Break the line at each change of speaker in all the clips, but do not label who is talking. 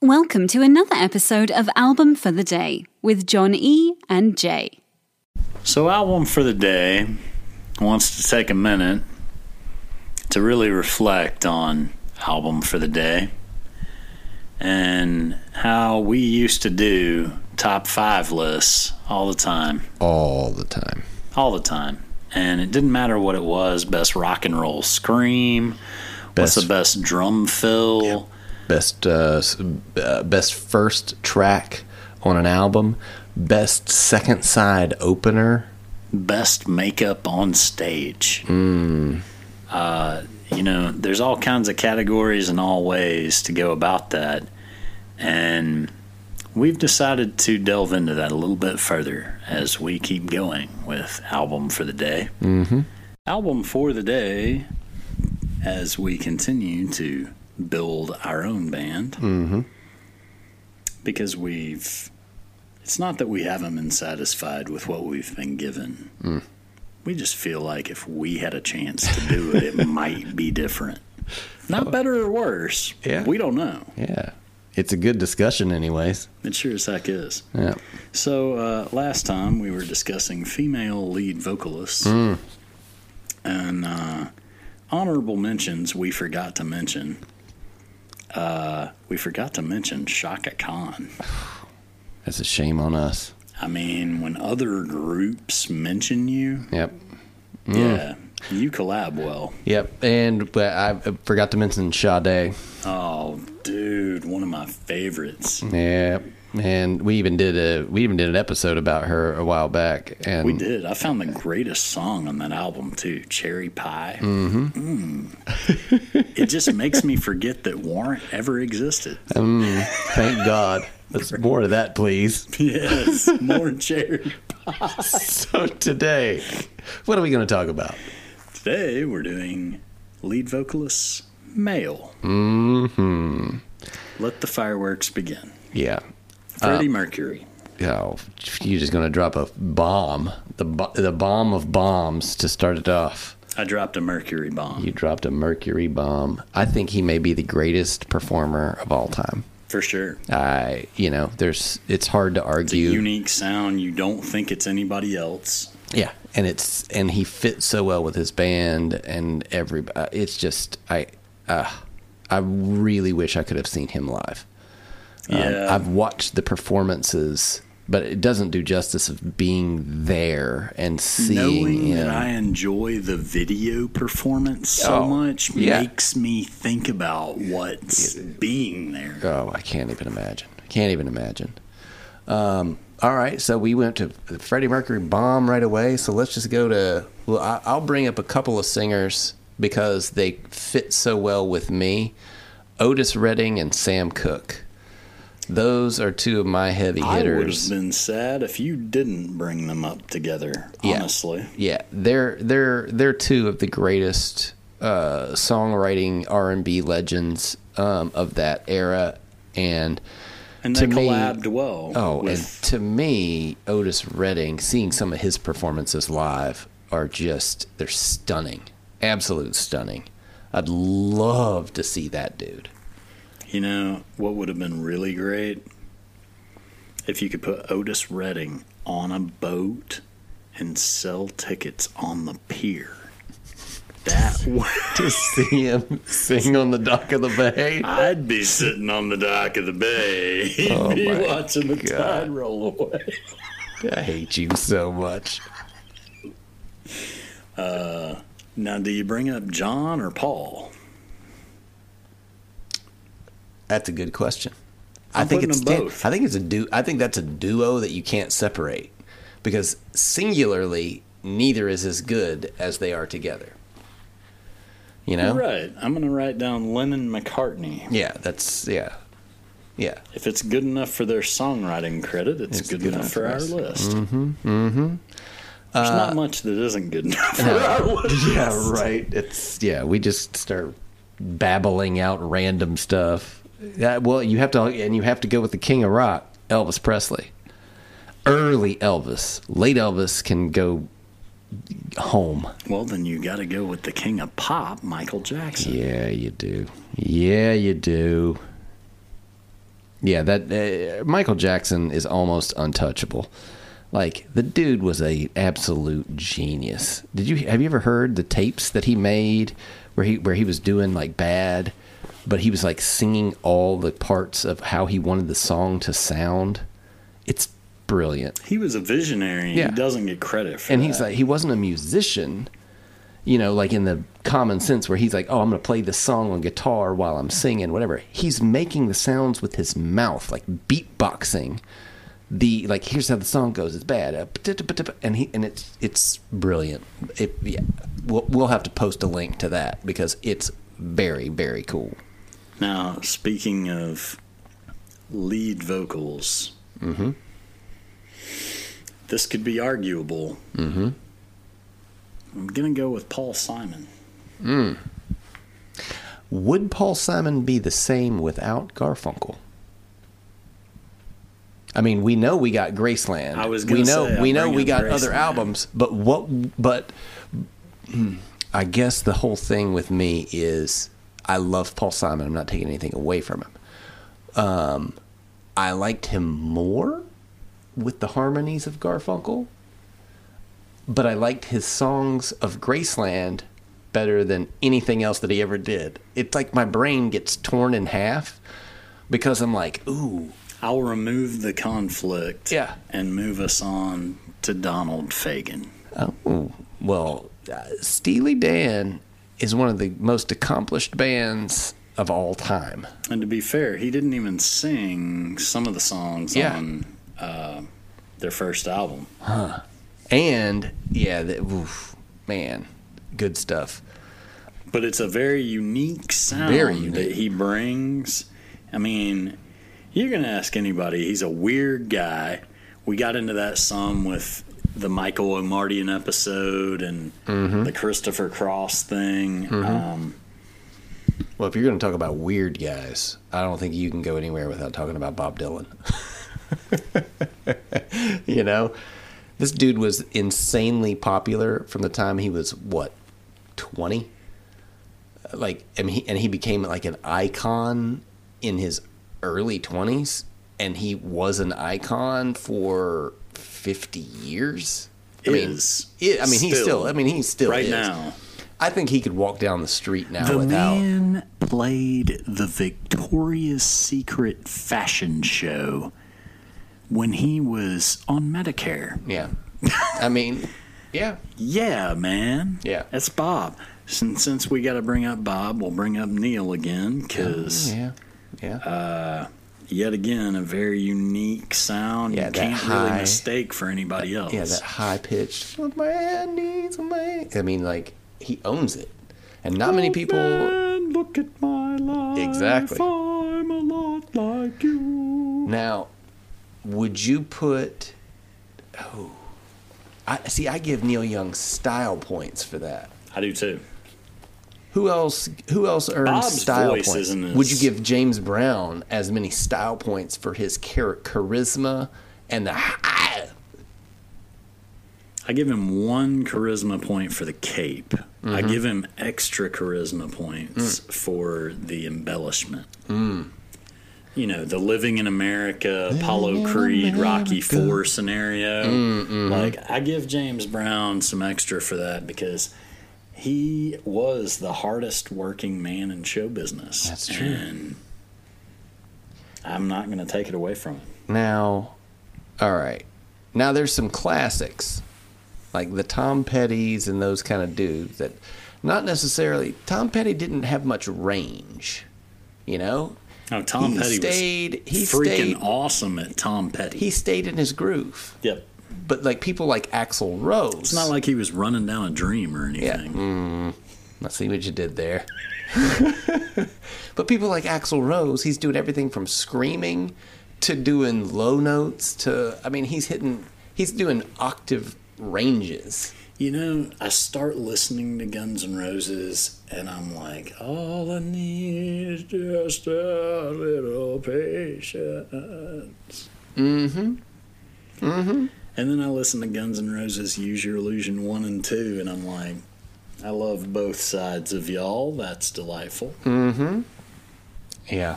Welcome to another episode of Album for the Day with John E. and Jay.
So, album for the day wants to take a minute to really reflect on album for the day and how we used to do top five lists all the time,
all the time.
all the time. And it didn't matter what it was best rock and roll scream,
Best
what's the best drum fill.
best uh, s- uh, best first track on an album, best second side opener.
best makeup on stage. Uh, you know, there's all kinds of categories and all ways to go about that. And we've decided to delve into that a little bit further as we keep going with Album for the Day. Mm-hmm. Album for the Day, as we continue to build our own band. Mm-hmm. Because we've. It's not that we haven't been satisfied with what we've been given. We just feel like if we had a chance to do it, it might be different. Not better or worse.
Yeah.
We don't know.
Yeah, it's a good discussion, anyways.
It sure as heck is.
Yeah,
So uh, last time we were discussing female lead vocalists, and uh, honorable mentions we forgot to mention. Uh, we forgot to mention Shaka Khan.
that's a shame on us.
I mean, when other groups mention you,
Yep,
yeah, you collab well.
yep. And but I I forgot to mention Sade.
Oh, dude, one of my favorites.
Yep. And we even did a we even did an episode about her a while back. And
We did. I found the greatest song on that album too, "Cherry Pie." Mm-hmm. it just makes me forget that Warrant ever existed.
thank God. Let's more of that, please.
Yes, more cherry.
so today, what are we going to talk about?
Today we're doing lead vocalist male. Mm-hmm. Let the fireworks begin.
Yeah,
Freddie Mercury.
oh, you're just gonna drop a bomb, the bo- the bomb of bombs to start it off.
I dropped a Mercury bomb
You dropped a mercury bomb. I think he may be the greatest performer of all time.
for sure.
I, you know, there's it's hard to
It's a
argue.
unique sound. You don't think it's anybody else.
yeah, and it's and he fits so well with his band and everybody. It's just I, uh, I really wish I could have seen him live. Um,
Yeah,
I've watched the performances, but it doesn't do justice of being there and seeing
knowing
him.
that I enjoy the video performance so
Oh,
much
yeah.
makes me think about what's being there.
Oh, I can't even imagine. I can't even imagine. Um, all right, so we went to the Freddie Mercury bomb right away. So let's just go to. Well, I, I'll bring up a couple of singers because they fit so well with me. Otis Redding and Sam Cooke. Those are two of my heavy
I would have
hitters.
been sad if you didn't bring them up together.
Yeah.
Honestly,
Yeah, they're they're they're two of the greatest uh, songwriting R and B legends um, of that era, and
and they
To me-
collabed well.
Oh,
with,
and to me, Otis Redding, seeing some of his performances live are just they're stunning. Absolute stunning. I'd love to see that dude.
you know what would have been really great if you could put Otis Redding on a boat and sell tickets on the pier. That would.
To see him sing on the dock of the bay.
I'd be sitting on the dock of the bay. He'd be
Oh my
watching the
God.
tide roll away.
I hate you so much.
Now, do you bring up John or Paul?
That's a good question.
I'm
I think
putting
it's
them
ten-
both.
I think it's a du- I think that's a duo that you can't separate because singularly neither is as good as they are together. You know?
Right. I'm going to write down Lennon McCartney.
Yeah, that's yeah. Yeah.
If it's good enough for their songwriting credit, it's, good, enough, for our
us. Uh,
list. Mm-hmm. Mm-hmm. There's not much that isn't good enough for our list.
Yeah, right. It's yeah, we just start babbling out random stuff. Yeah, well, you have to and you have to go with the king of rock, Elvis Presley. Early Elvis, late Elvis can go home.
Well, then you got to go with the king of pop, Michael Jackson.
Yeah, you do. Yeah, you do. Yeah, that uh, Michael Jackson is almost untouchable. Like the dude was a absolute genius. Did you have you ever heard the tapes that he made where he where he was doing like bad, but he was like singing all the parts of how he wanted the song to sound? It's brilliant.
He was a visionary. and
Yeah.
He doesn't get credit for
And
that.
he's like, he wasn't a musician, you know, like in the common sense where he's like, oh, I'm going to play this song on guitar while I'm singing, whatever. He's making the sounds with his mouth, like beatboxing. The like, here's how the song goes. It's bad, Uh, ba-da-da-ba-da-ba. and he and it's it's brilliant. It, yeah, we'll, we'll have to post a link to that because it's very very cool.
Now, speaking of lead vocals,
Mm-hmm.
this could be arguable. Mm-hmm. I'm going to go with Paul Simon.
Would Paul Simon be the same without Garfunkel? I mean, we know we got Graceland.
I was
we
gonna
know
say,
we
I'm
know we
bringing
got
Graceland.
other albums, but what? But hmm, I guess the whole thing with me is I love Paul Simon. I'm not taking anything away from him. Um, I liked him more with the harmonies of Garfunkel, but I liked his songs of Graceland better than anything else that he ever did. It's like my brain gets torn in half because I'm like, ooh,
I'll remove the conflict
Yeah.
and move us on to Donald Fagen.
oh, well, uh, Steely Dan is one of the most accomplished bands of all time.
And to be fair, he didn't even sing some of the songs
Yeah.
on uh, their first album.
And yeah, the, oof, man, good stuff.
but it's a very unique sound
Very unique.
that he brings. I mean, you're gonna ask anybody. He's a weird guy. We got into that some with the Michael O'Mardian episode and the Christopher Cross thing. Um,
Well, if you're going to talk about weird guys, I don't think you can go anywhere without talking about Bob Dylan. you know, this dude was insanely popular from the time he was what 20. Like, I mean, he, and he became like an icon in his early 20s, and he was an icon for 50 years. I mean,
Is
it, I mean, he's
still.
still. I mean, he still
right
is.
now,
I think he could walk down the street now
the
without.
man played the Victoria's Secret fashion show when he was on Medicare.
Yeah. I mean, yeah.
Yeah, man.
Yeah.
That's Bob. Since since we got to bring up Bob, we'll bring up Neil again because
Oh, Yeah. Yeah.
uh, yet again a very unique sound.
Yeah,
you
that
can't
high-
really mistake for anybody else.
yeah, that high pitched man needs a man. I mean, like, he owns it. And not many people
And look at my life.
Exactly.
I'm a lot like you.
now would you put oh I see I give Neil Young style points for that.
I do too.
Who else who else earns
Bob's
style
voice
points?
isn't as-
Would you give James Brown as many style points for his char- charisma and the high
I give him one charisma point for the cape. I give him extra charisma points for the embellishment. You know, the Mm. living in America, Apollo Creed, Rocky Four scenario. Like, I give James Brown some extra for that because he was the hardest working man in show business.
That's true.
And I'm not going to take it away from him.
Now, all right. Now there's some classics, like the Tom Petty's and those kind of dudes that, not necessarily. Tom Petty didn't have much range, you know.
No, Tom
He
Petty
stayed-
was
he
freaking
stayed-
awesome at Tom Petty.
He stayed in his groove,
yep.
but like people like Axl Rose. Mm.
It's not like he was running down a dream or anything.
I see what you did there. But people like Axl Rose, he's doing everything from screaming to doing low notes to I mean he's hitting he's doing octave ranges.
You know, I start listening to Guns N' Roses and I'm like, all I need is just a little patience. Mm hmm. Mm hmm.
Mm-hmm.
And then I listen to Guns N' Roses Use Your Illusion 1 and 2, and I'm like, I love both sides of y'all. That's delightful. Mm-hmm.
Yeah.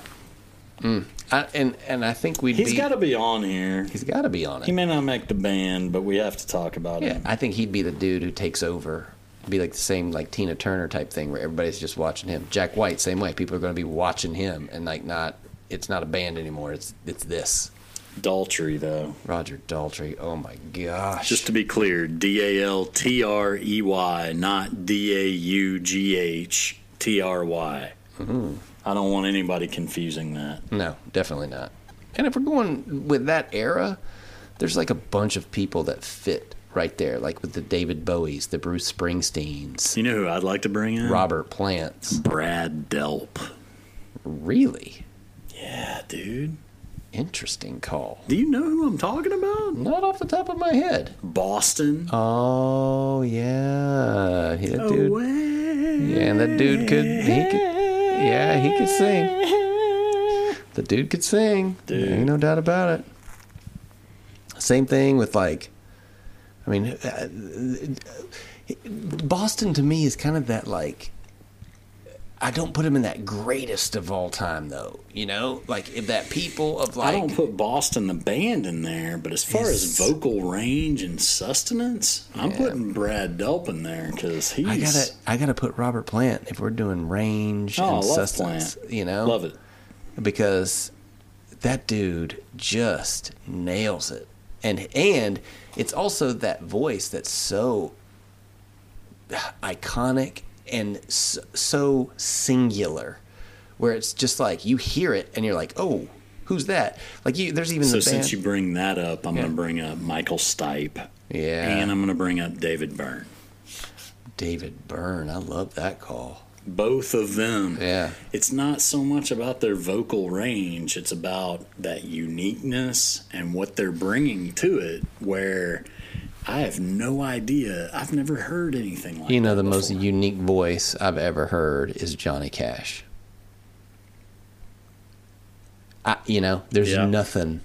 Mm. I, and and I think we'd
He's
be
got to be on here.
he's got to be on it.
He may not make the band, but we have to talk about
Yeah,
him.
I think he'd be the dude who takes over. Be like the same like Tina Turner type thing where everybody's just watching him. Jack White, same way. People are going to be watching him and like not. It's not a band anymore. It's it's this
Daltrey, though.
Roger Daltrey. Oh my gosh!
Just to be clear, D A L T R E Y, not D A U G H T R Y.
Mm-hmm.
I don't want anybody confusing that.
no, definitely not. And if we're going with that era, there's like a bunch of people that fit right there, like with the David Bowies, the Bruce Springsteens,
You know who I'd like to bring in?
Robert Plants.
Brad Delp.
Really
Yeah, dude.
interesting call.
Do you know who I'm talking about?
Not off the top of my head.
Boston.
Oh yeah, yeah, dude.
Away.
Yeah, and that dude could he could yeah he could sing. The dude could sing.
Dude.
Ain't no doubt about it. Same thing with like, I mean, uh, Boston to me is kind of that like. I don't put him in that greatest of all time though. You know, like if that people of
I
like
don't put Boston the band in there, but as far as vocal range and sustenance, I'm putting Brad Delp in there because he's.
I gotta I gotta put Robert Plant if we're doing range
Oh, I love
and sustenance.
Plant.
You know,
Love it.
because that dude just nails it. And and it's also that voice that's so iconic and s- so singular where it's just like you hear it and you're like, "Oh, who's that?" Like you there's even
So
the band
since you bring that up, I'm going to bring up Michael Stipe.
Yeah.
And I'm going to bring up David Byrne.
David Byrne. I love that call.
Both of them.
Yeah.
It's not so much about their vocal range, it's about that uniqueness and what they're bringing to it where I have no idea. I've never heard anything like
You know
that
the most
before.
unique voice I've ever heard is Johnny Cash. I, you know, there's
Yeah.
nothing.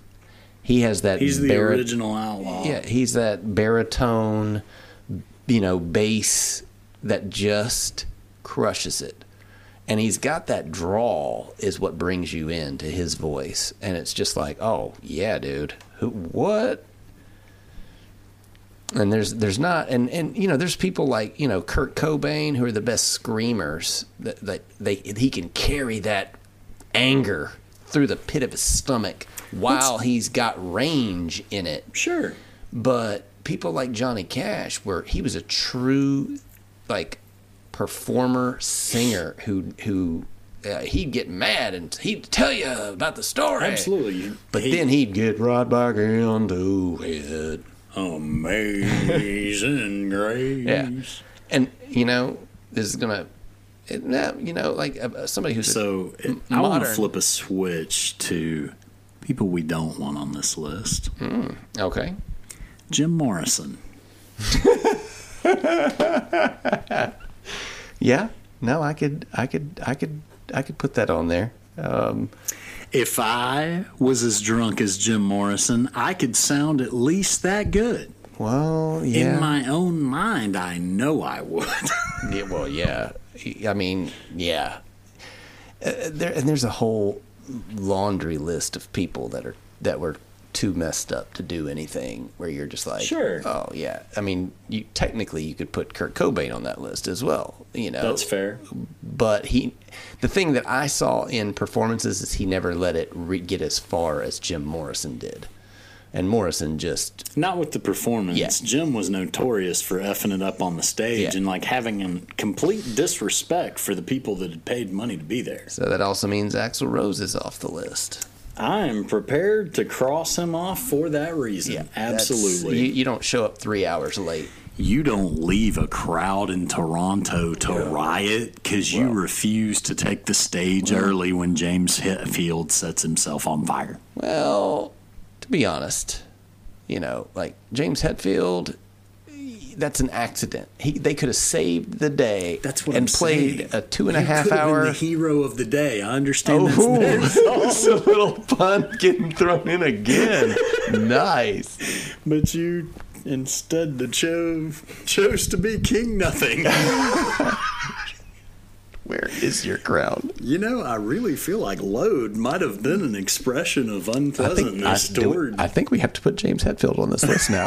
He has that.
He's the
bari-
original outlaw.
Yeah, he's that baritone, you know, bass that just crushes it, and he's got that drawl is what brings you in to his voice, and it's just like, oh yeah, dude, who what? and there's there's not and and you know there's people like you know Kurt Cobain who are the best screamers that that they he can carry that anger through the pit of his stomach while he's got range in it
Sure.
but people like Johnny Cash where he was a true like performer singer who who uh, he'd get mad and he'd tell you about the story
Absolutely.
but then he'd get right back into it
Amazing grace.
Yeah. And you know, this is gonna, it, nah, you know, like uh, somebody who's
So it, I want to
modern.
flip a switch to people we don't want on this list.
okay.
Jim Morrison.
Yeah. No, I could, I could, I could, I could put that on there. Um,
If I was as drunk as Jim Morrison, I could sound at least that good.
well, yeah.
In my own mind, I know I would.
Yeah, well, yeah. I mean, yeah. Uh, there and there's a whole laundry list of people that are that were too messed up to do anything. Where you're just like,
Sure.
oh yeah. I mean, you technically you could put Kurt Cobain on that list as well. You know,
fair.
but he the thing that i saw in performances is he never let it re- get as far as jim morrison did and morrison just
Not with the performance.
Yeah.
Jim was notorious for effing it up on the stage
Yeah.
and like having a complete disrespect for the people that had paid money to be there.
so that also means axel rose is off the list
I am prepared to cross him off for that reason.
That's-
Absolutely.
you, you don't show up three hours late
you don't leave a crowd in Toronto to riot because you refuse to take the stage early when James Hetfield sets himself on fire.
Well, to be honest, you know, like James Hetfield, that's an accident. He they could have saved the day. and played a two and a half hour.
hero of the day. I understand.
Oh, it's a little pun getting thrown in again. nice.
but you instead the chose chose to be king nothing.
Where is your crowd?
you know, I really feel like load might have been an expression of unpleasantness
do we-
toward.
I think we have to put James Hetfield on this list now.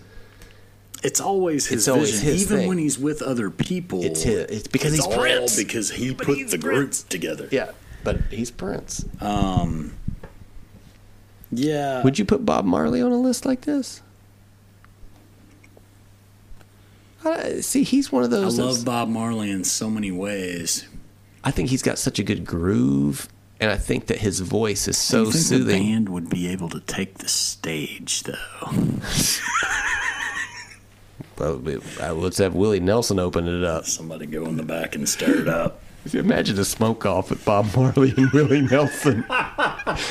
It's always his
It's always
vision,
his
even
thing.
when he's with other people.
It's his- it's because he's
all
Prince.
Because he put the group together.
yeah, but he's Prince.
yeah.
Would you put Bob Marley on a list like this? I, see, he's one of
I
those.
love Bob Marley in so many ways.
I think he's got such a good groove, and I think that his voice is
I
so
think the
soothing.
band would be able to take the stage, though.
Well, we- I- let's have Willie Nelson open it up.
Somebody go in the back and stir it up.
Imagine the smoke off with Bob Marley and Willie Nelson,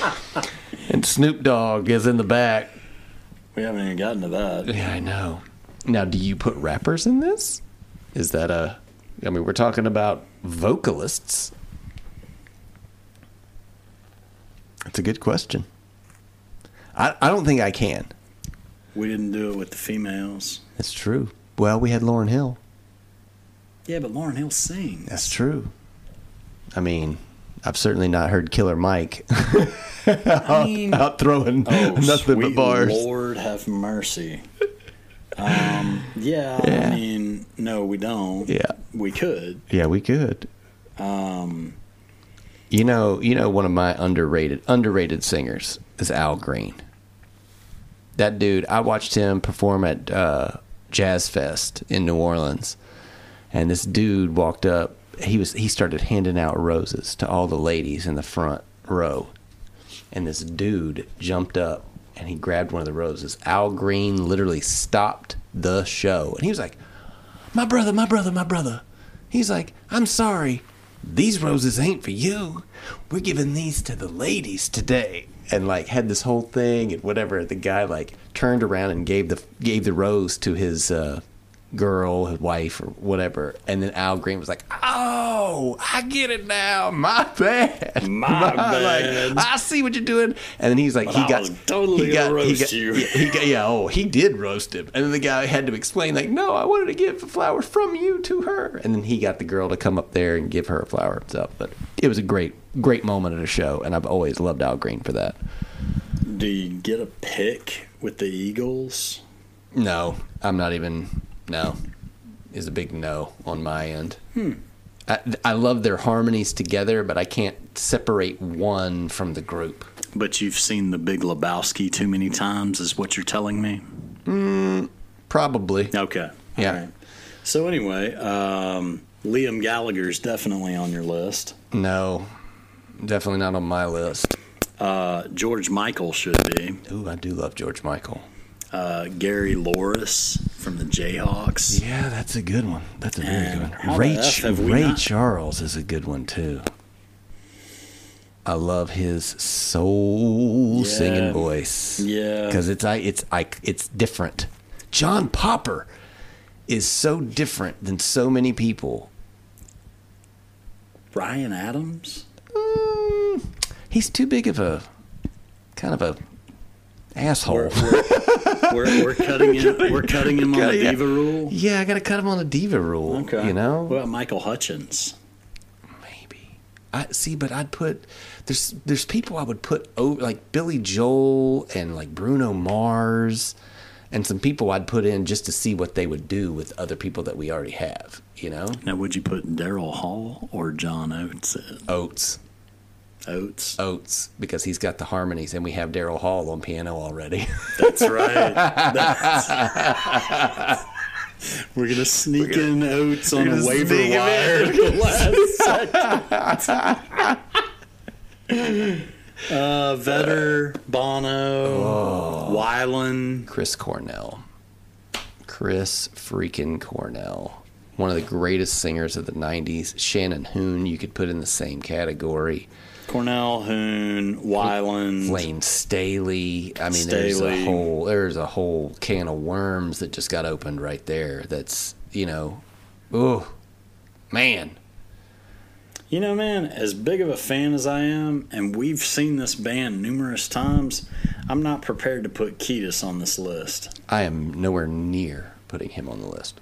and Snoop Dogg is in the back.
We haven't even gotten to that.
Yeah, I know. Now, do you put rappers in this? Is that a? I mean, we're talking about vocalists. That's a good question. I, I don't think I can.
We didn't do it with the females.
That's true. Well, we had Lauren Hill.
Yeah, but Lauren Hill sings.
That's true. I mean, I've certainly not heard Killer Mike
I mean,
out throwing nothing but
sweet
bars.
Lord have mercy. Um, yeah,
Yeah.
I mean, no, we don't.
Yeah.
We could.
Yeah, we could.
Um,
You know, you know, one of my underrated underrated singers is Al Green. That dude, I watched him perform at uh, Jazz Fest in New Orleans, and this dude walked up. He was he started handing out roses to all the ladies in the front row, and this dude jumped up and he grabbed one of the roses. Al Green literally stopped the show, and he was like, "My brother, my brother, my brother." He's like, "I'm sorry, these roses ain't for you. We're giving these to the ladies today." And like had this whole thing and whatever. The guy like turned around and gave the gave the rose to his uh, girl, his wife, or whatever. And then Al Green was like, "Oh, I get it now. My bad.
My
Like,
bad.
I see what you're doing." And then he's like, he
I
got
was totally
he
gonna
got, he
roast
got-
you.
Yeah, he got, yeah, oh, he did roast him. And then the guy had to explain, like, "No, I wanted to give a flower from you to her." And then he got the girl to come up there and give her a flower himself. But it was a great, great moment at a show, and I've always loved Al Green for that.
Do you get a pick with the Eagles?
No, I'm not even. No, is a big no on my end. Hmm. I, I love their harmonies together, but I can't separate one from the group.
But you've seen the Big Lebowski too many times, is what you're telling me.
Probably.
Okay.
Yeah.
All right. So anyway, um, Liam Gallagher's definitely on your list.
No, definitely not on my list.
Uh, George Michael should be.
Ooh, I do love George Michael.
Uh, Gary Loris from the Jayhawks.
Yeah, that's a good one. That's a very
Man,
good
how
one.
the
Ray,
F
Ch-
have we
Ray
not-
Charles is a good one too. I love his soul
Yeah.
singing voice.
Yeah.
because it's I it's I it's different. John Popper is so different than so many people.
Ryan Adams.
Mm, he's too big of a kind of a asshole.
We're, we're, we're, we're cutting him. We're cutting him on the
Yeah.
diva rule.
yeah, I got to cut him on a diva rule.
Okay.
you know.
What about Michael Hutchins?
Maybe. I see, but I'd put there's there's people I would put over like Billy Joel and like Bruno Mars and some people I'd put in just to see what they would do with other people that we already have, you know?
Now, would you put Daryl Hall or John Oates? In?
Oates.
Oates.
Oates, because he's got the harmonies and we have Daryl Hall on piano already.
That's right. We're gonna sneak in oats on a waiver
sneak 'em
wire. at the last second. uh, Vetter, Bono,
Oh.
Weiland.
Chris Cornell. Chris freaking Cornell. One of the greatest singers of the 90s. Shannon Hoon, you could put in the same category.
Cornell, Hoon, Weiland.
Lane Staley. I mean, there's a
Mm. Staley.
whole there's a whole can of worms that just got opened right there. That's you know, oh man,
You know, man, as big of a fan as I am, and we've seen this band numerous times, I'm not prepared to put Ketis on this list.
I am nowhere near putting him on the list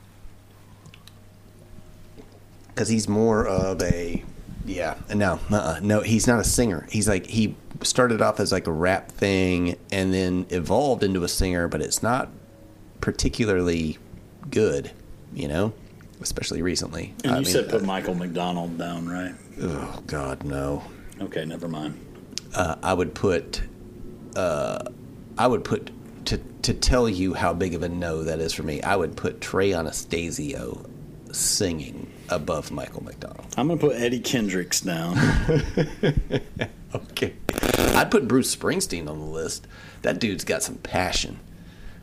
because he's more of a yeah no uh-uh, no he's not a singer. He's like he started off as like a rap thing and then evolved into a singer, but it's not particularly good, you know. Especially recently.
And
I
you
mean,
said put
uh,
Michael McDonald down, right?
Oh God, no!
Okay, never mind.
Uh, I would put, uh, I would put to to tell you how big of a no that is for me. I would put Trey Anastasio singing above Michael McDonald.
I'm gonna put Eddie Kendricks down.
Okay, I'd put Bruce Springsteen on the list. That dude's got some passion,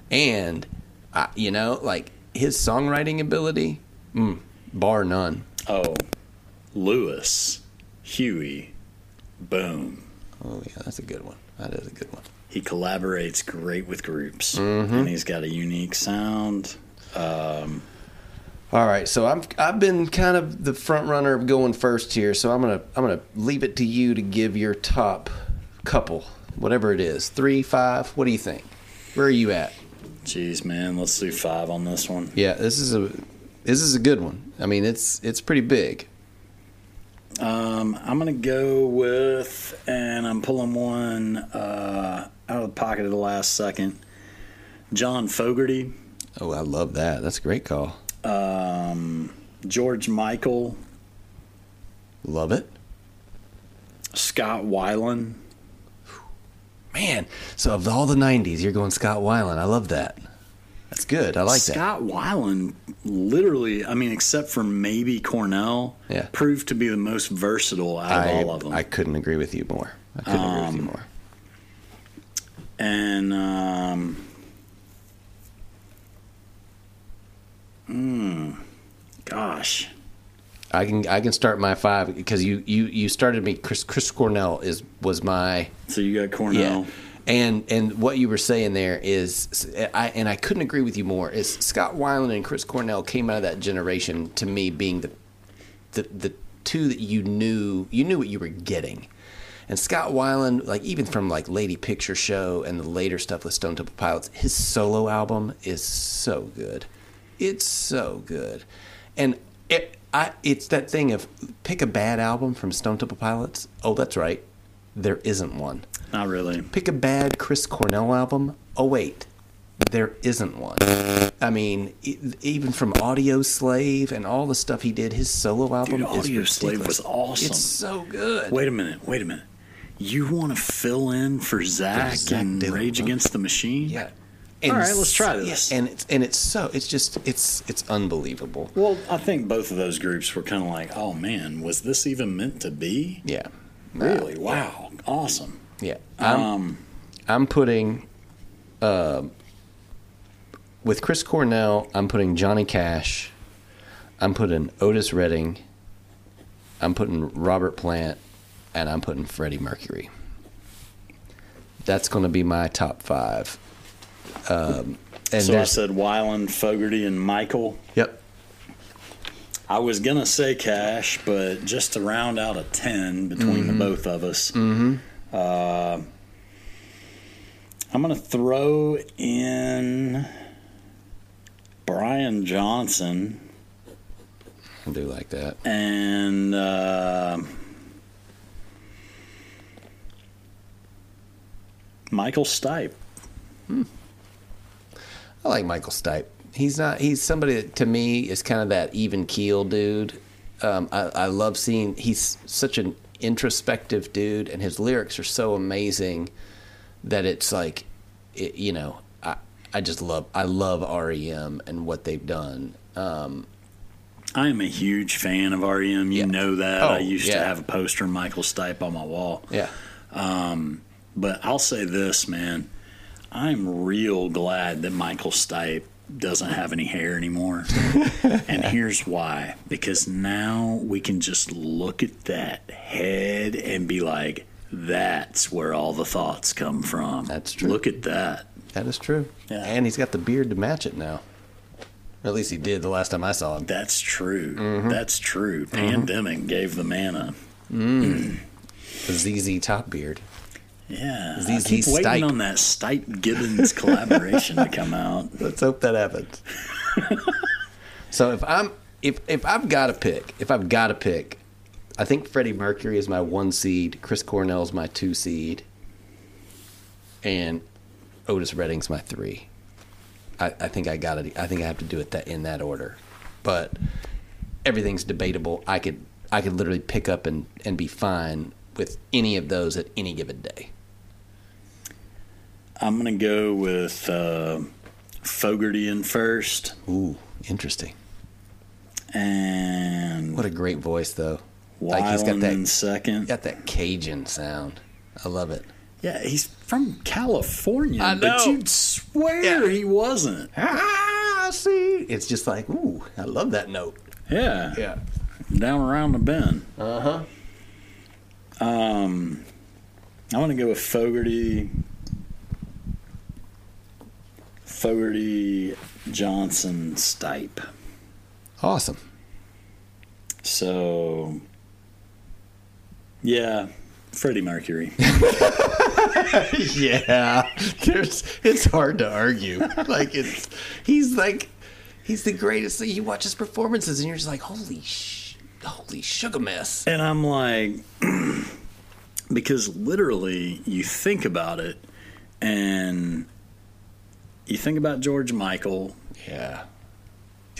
and I, you know, like his songwriting ability, mm, bar none.
oh, Lewis, Huey, boom.
Oh yeah, that's a good one. That is a good one.
He collaborates great with groups, and he's got a unique sound.
All right, so I'm I've been kind of the front runner of going first here, so I'm gonna I'm gonna leave it to you to give your top couple, whatever it is, three, five. What do you think? Where are you at?
Jeez, man, let's do five on this one.
Yeah, this is a this is a good one. I mean, it's it's pretty big.
Um, I'm gonna go with, and I'm pulling one uh, out of the pocket at the last second. John Fogerty,
Oh, I love that. That's a great call.
George Michael,
Love it,
Scott Weiland.
man. So of all the '90s, you're going Scott Weiland. I love that. That's good. I like that.
Scott Weiland, literally, I mean, except for maybe Cornell,
Yeah.
proved to be the most versatile out of
I,
all of them.
Um, I couldn't agree with you more. I couldn't agree with you more.
And um, mm, gosh,
I can I can start my five because you you you started me. Chris Chris Cornell is was my
so you got Cornell.
And and what you were saying there is, I and I couldn't agree with you more. Is Scott Weiland and Chris Cornell came out of that generation to me being the, the the two that you knew you knew what you were getting, and Scott Weiland like even from like Lady Picture Show and the later stuff with Stone Temple Pilots, his solo album is so good, it's so good, and it I it's that thing of pick a bad album from Stone Temple Pilots. Oh, that's right, there isn't one
Not really.
pick a bad Chris Cornell album. Oh wait, there isn't one. I mean, e- even from Audio Slave and all the stuff he did, his solo album.
Dude,
is
Audio Slave was
ridiculous.
awesome.
It's so good.
Wait a minute. Wait a minute. You want to fill in for Zach,
Zach
and
Dylan.
Rage Against the Machine?
yeah.
All right, let's try
yeah,
this.
and it's and it's so it's just it's it's unbelievable.
Well, I think both of those groups were kind of like, oh man, was this even meant to be?
Yeah.
Really? Wow. Awesome.
Yeah. I'm, I'm putting, uh, with Chris Cornell, I'm putting Johnny Cash. I'm putting Otis Redding. I'm putting Robert Plant. And I'm putting Freddie Mercury. That's going to be my top five. Um, and
so I
there's-
said Wyland, Fogarty, and Michael.
yep.
I was going to say Cash, but just to round out a 10 between
Mm-hmm.
the both of us, uh, I'm going to throw in Brian Johnson.
I do like that.
and uh, Michael Stipe.
I like Michael Stipe. He's not. He's somebody that to me is kind of that even keel dude. Um, I, I love seeing. He's such an introspective dude, and his lyrics are so amazing that it's like, it, you know, I I just love. I love REM and what they've done. Um,
I am a huge fan of REM. You
Yeah.
know that.
Oh,
I used to
yeah.
have a poster of Michael Stipe on my wall.
yeah,
But I'll say this, man. I'm real glad that Michael Stipe doesn't have any hair anymore. and here's why because now we can just look at that head and be like, that's where all the thoughts come from.
That's true.
Look at that.
that is true.
Yeah.
And he's got the beard to match it now. Or at least he did the last time I saw him.
That's true.
Mm-hmm.
That's true. Pandemic gave the man a
The ZZ Top beard.
yeah. I
He's-
keep
he's
waiting
Stipe.
on that Stipe Gibbons collaboration to come out.
Let's hope that happens. so if I'm if if I've got to pick, if I've got to pick, I think Freddie Mercury is my one seed, Chris Cornell's my two seed, and Otis Redding's my three. I, I think I got it. I think I have to do it that in that order, but everything's debatable. I could I could literally pick up and and be fine with any of those at any given day.
I'm gonna go with uh, Fogarty in first,
Ooh, interesting.
and
What a great voice though.
Wyland in second.
got that Cajun sound. I love it.
Yeah, he's from California,
I
but
know.
you'd swear he wasn't.
Ah, see, it's just like, ooh, I love that note.
Yeah, down around the bend. Uh huh. Um,
Uh-huh.
I want to go with Fogarty, Fogarty, Johnson, Stipe.
awesome.
So, yeah, Freddie Mercury.
Yeah, there's. It's hard to argue. Like it's, he's like, he's the greatest. You watch his performances, and you're just like, holy sh, holy sugar mess.
And I'm like, because literally you think about it and you think about George Michael.
Yeah.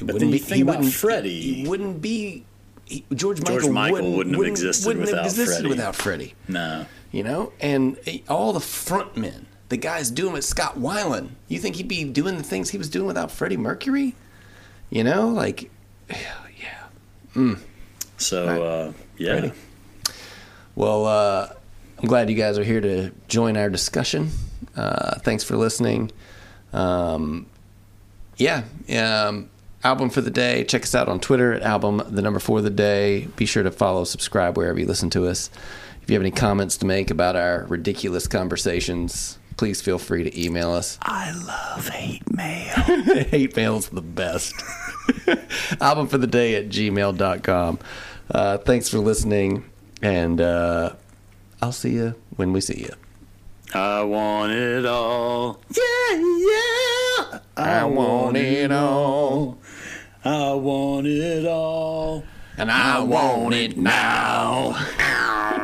It
But then you think about Freddie.
He wouldn't be. He, George,
George
Michael,
Michael
wouldn't,
wouldn't have existed
wouldn't
without
have existed
Freddie.
without Freddie.
No.
you know, and eh, all the front men, the guys doing with Scott Weiland. You think he'd be doing the things he was doing without Freddie Mercury? You know, like, yeah.
So, uh, yeah.
Freddie. Well, uh, I'm glad you guys are here to join our discussion. Uh, thanks for listening. Um, yeah, um, album for the day. Check us out on Twitter at album the number for the day. Be sure to follow, subscribe wherever you listen to us. If you have any comments to make about our ridiculous conversations, please feel free to email us.
I love hate mail.
Hate mail's the best. album for the day at gmail.com. Uh, thanks for listening, and uh, I'll see you when we see you.
I want it all.
Yeah, yeah. I want it all,
I want it all.
and I want it now.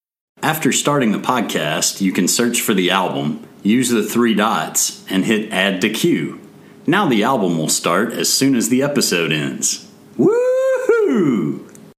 After starting the podcast, you can search for the album, use the three dots, and hit add to queue. Now the album will start as soon as the episode ends. Woohoo!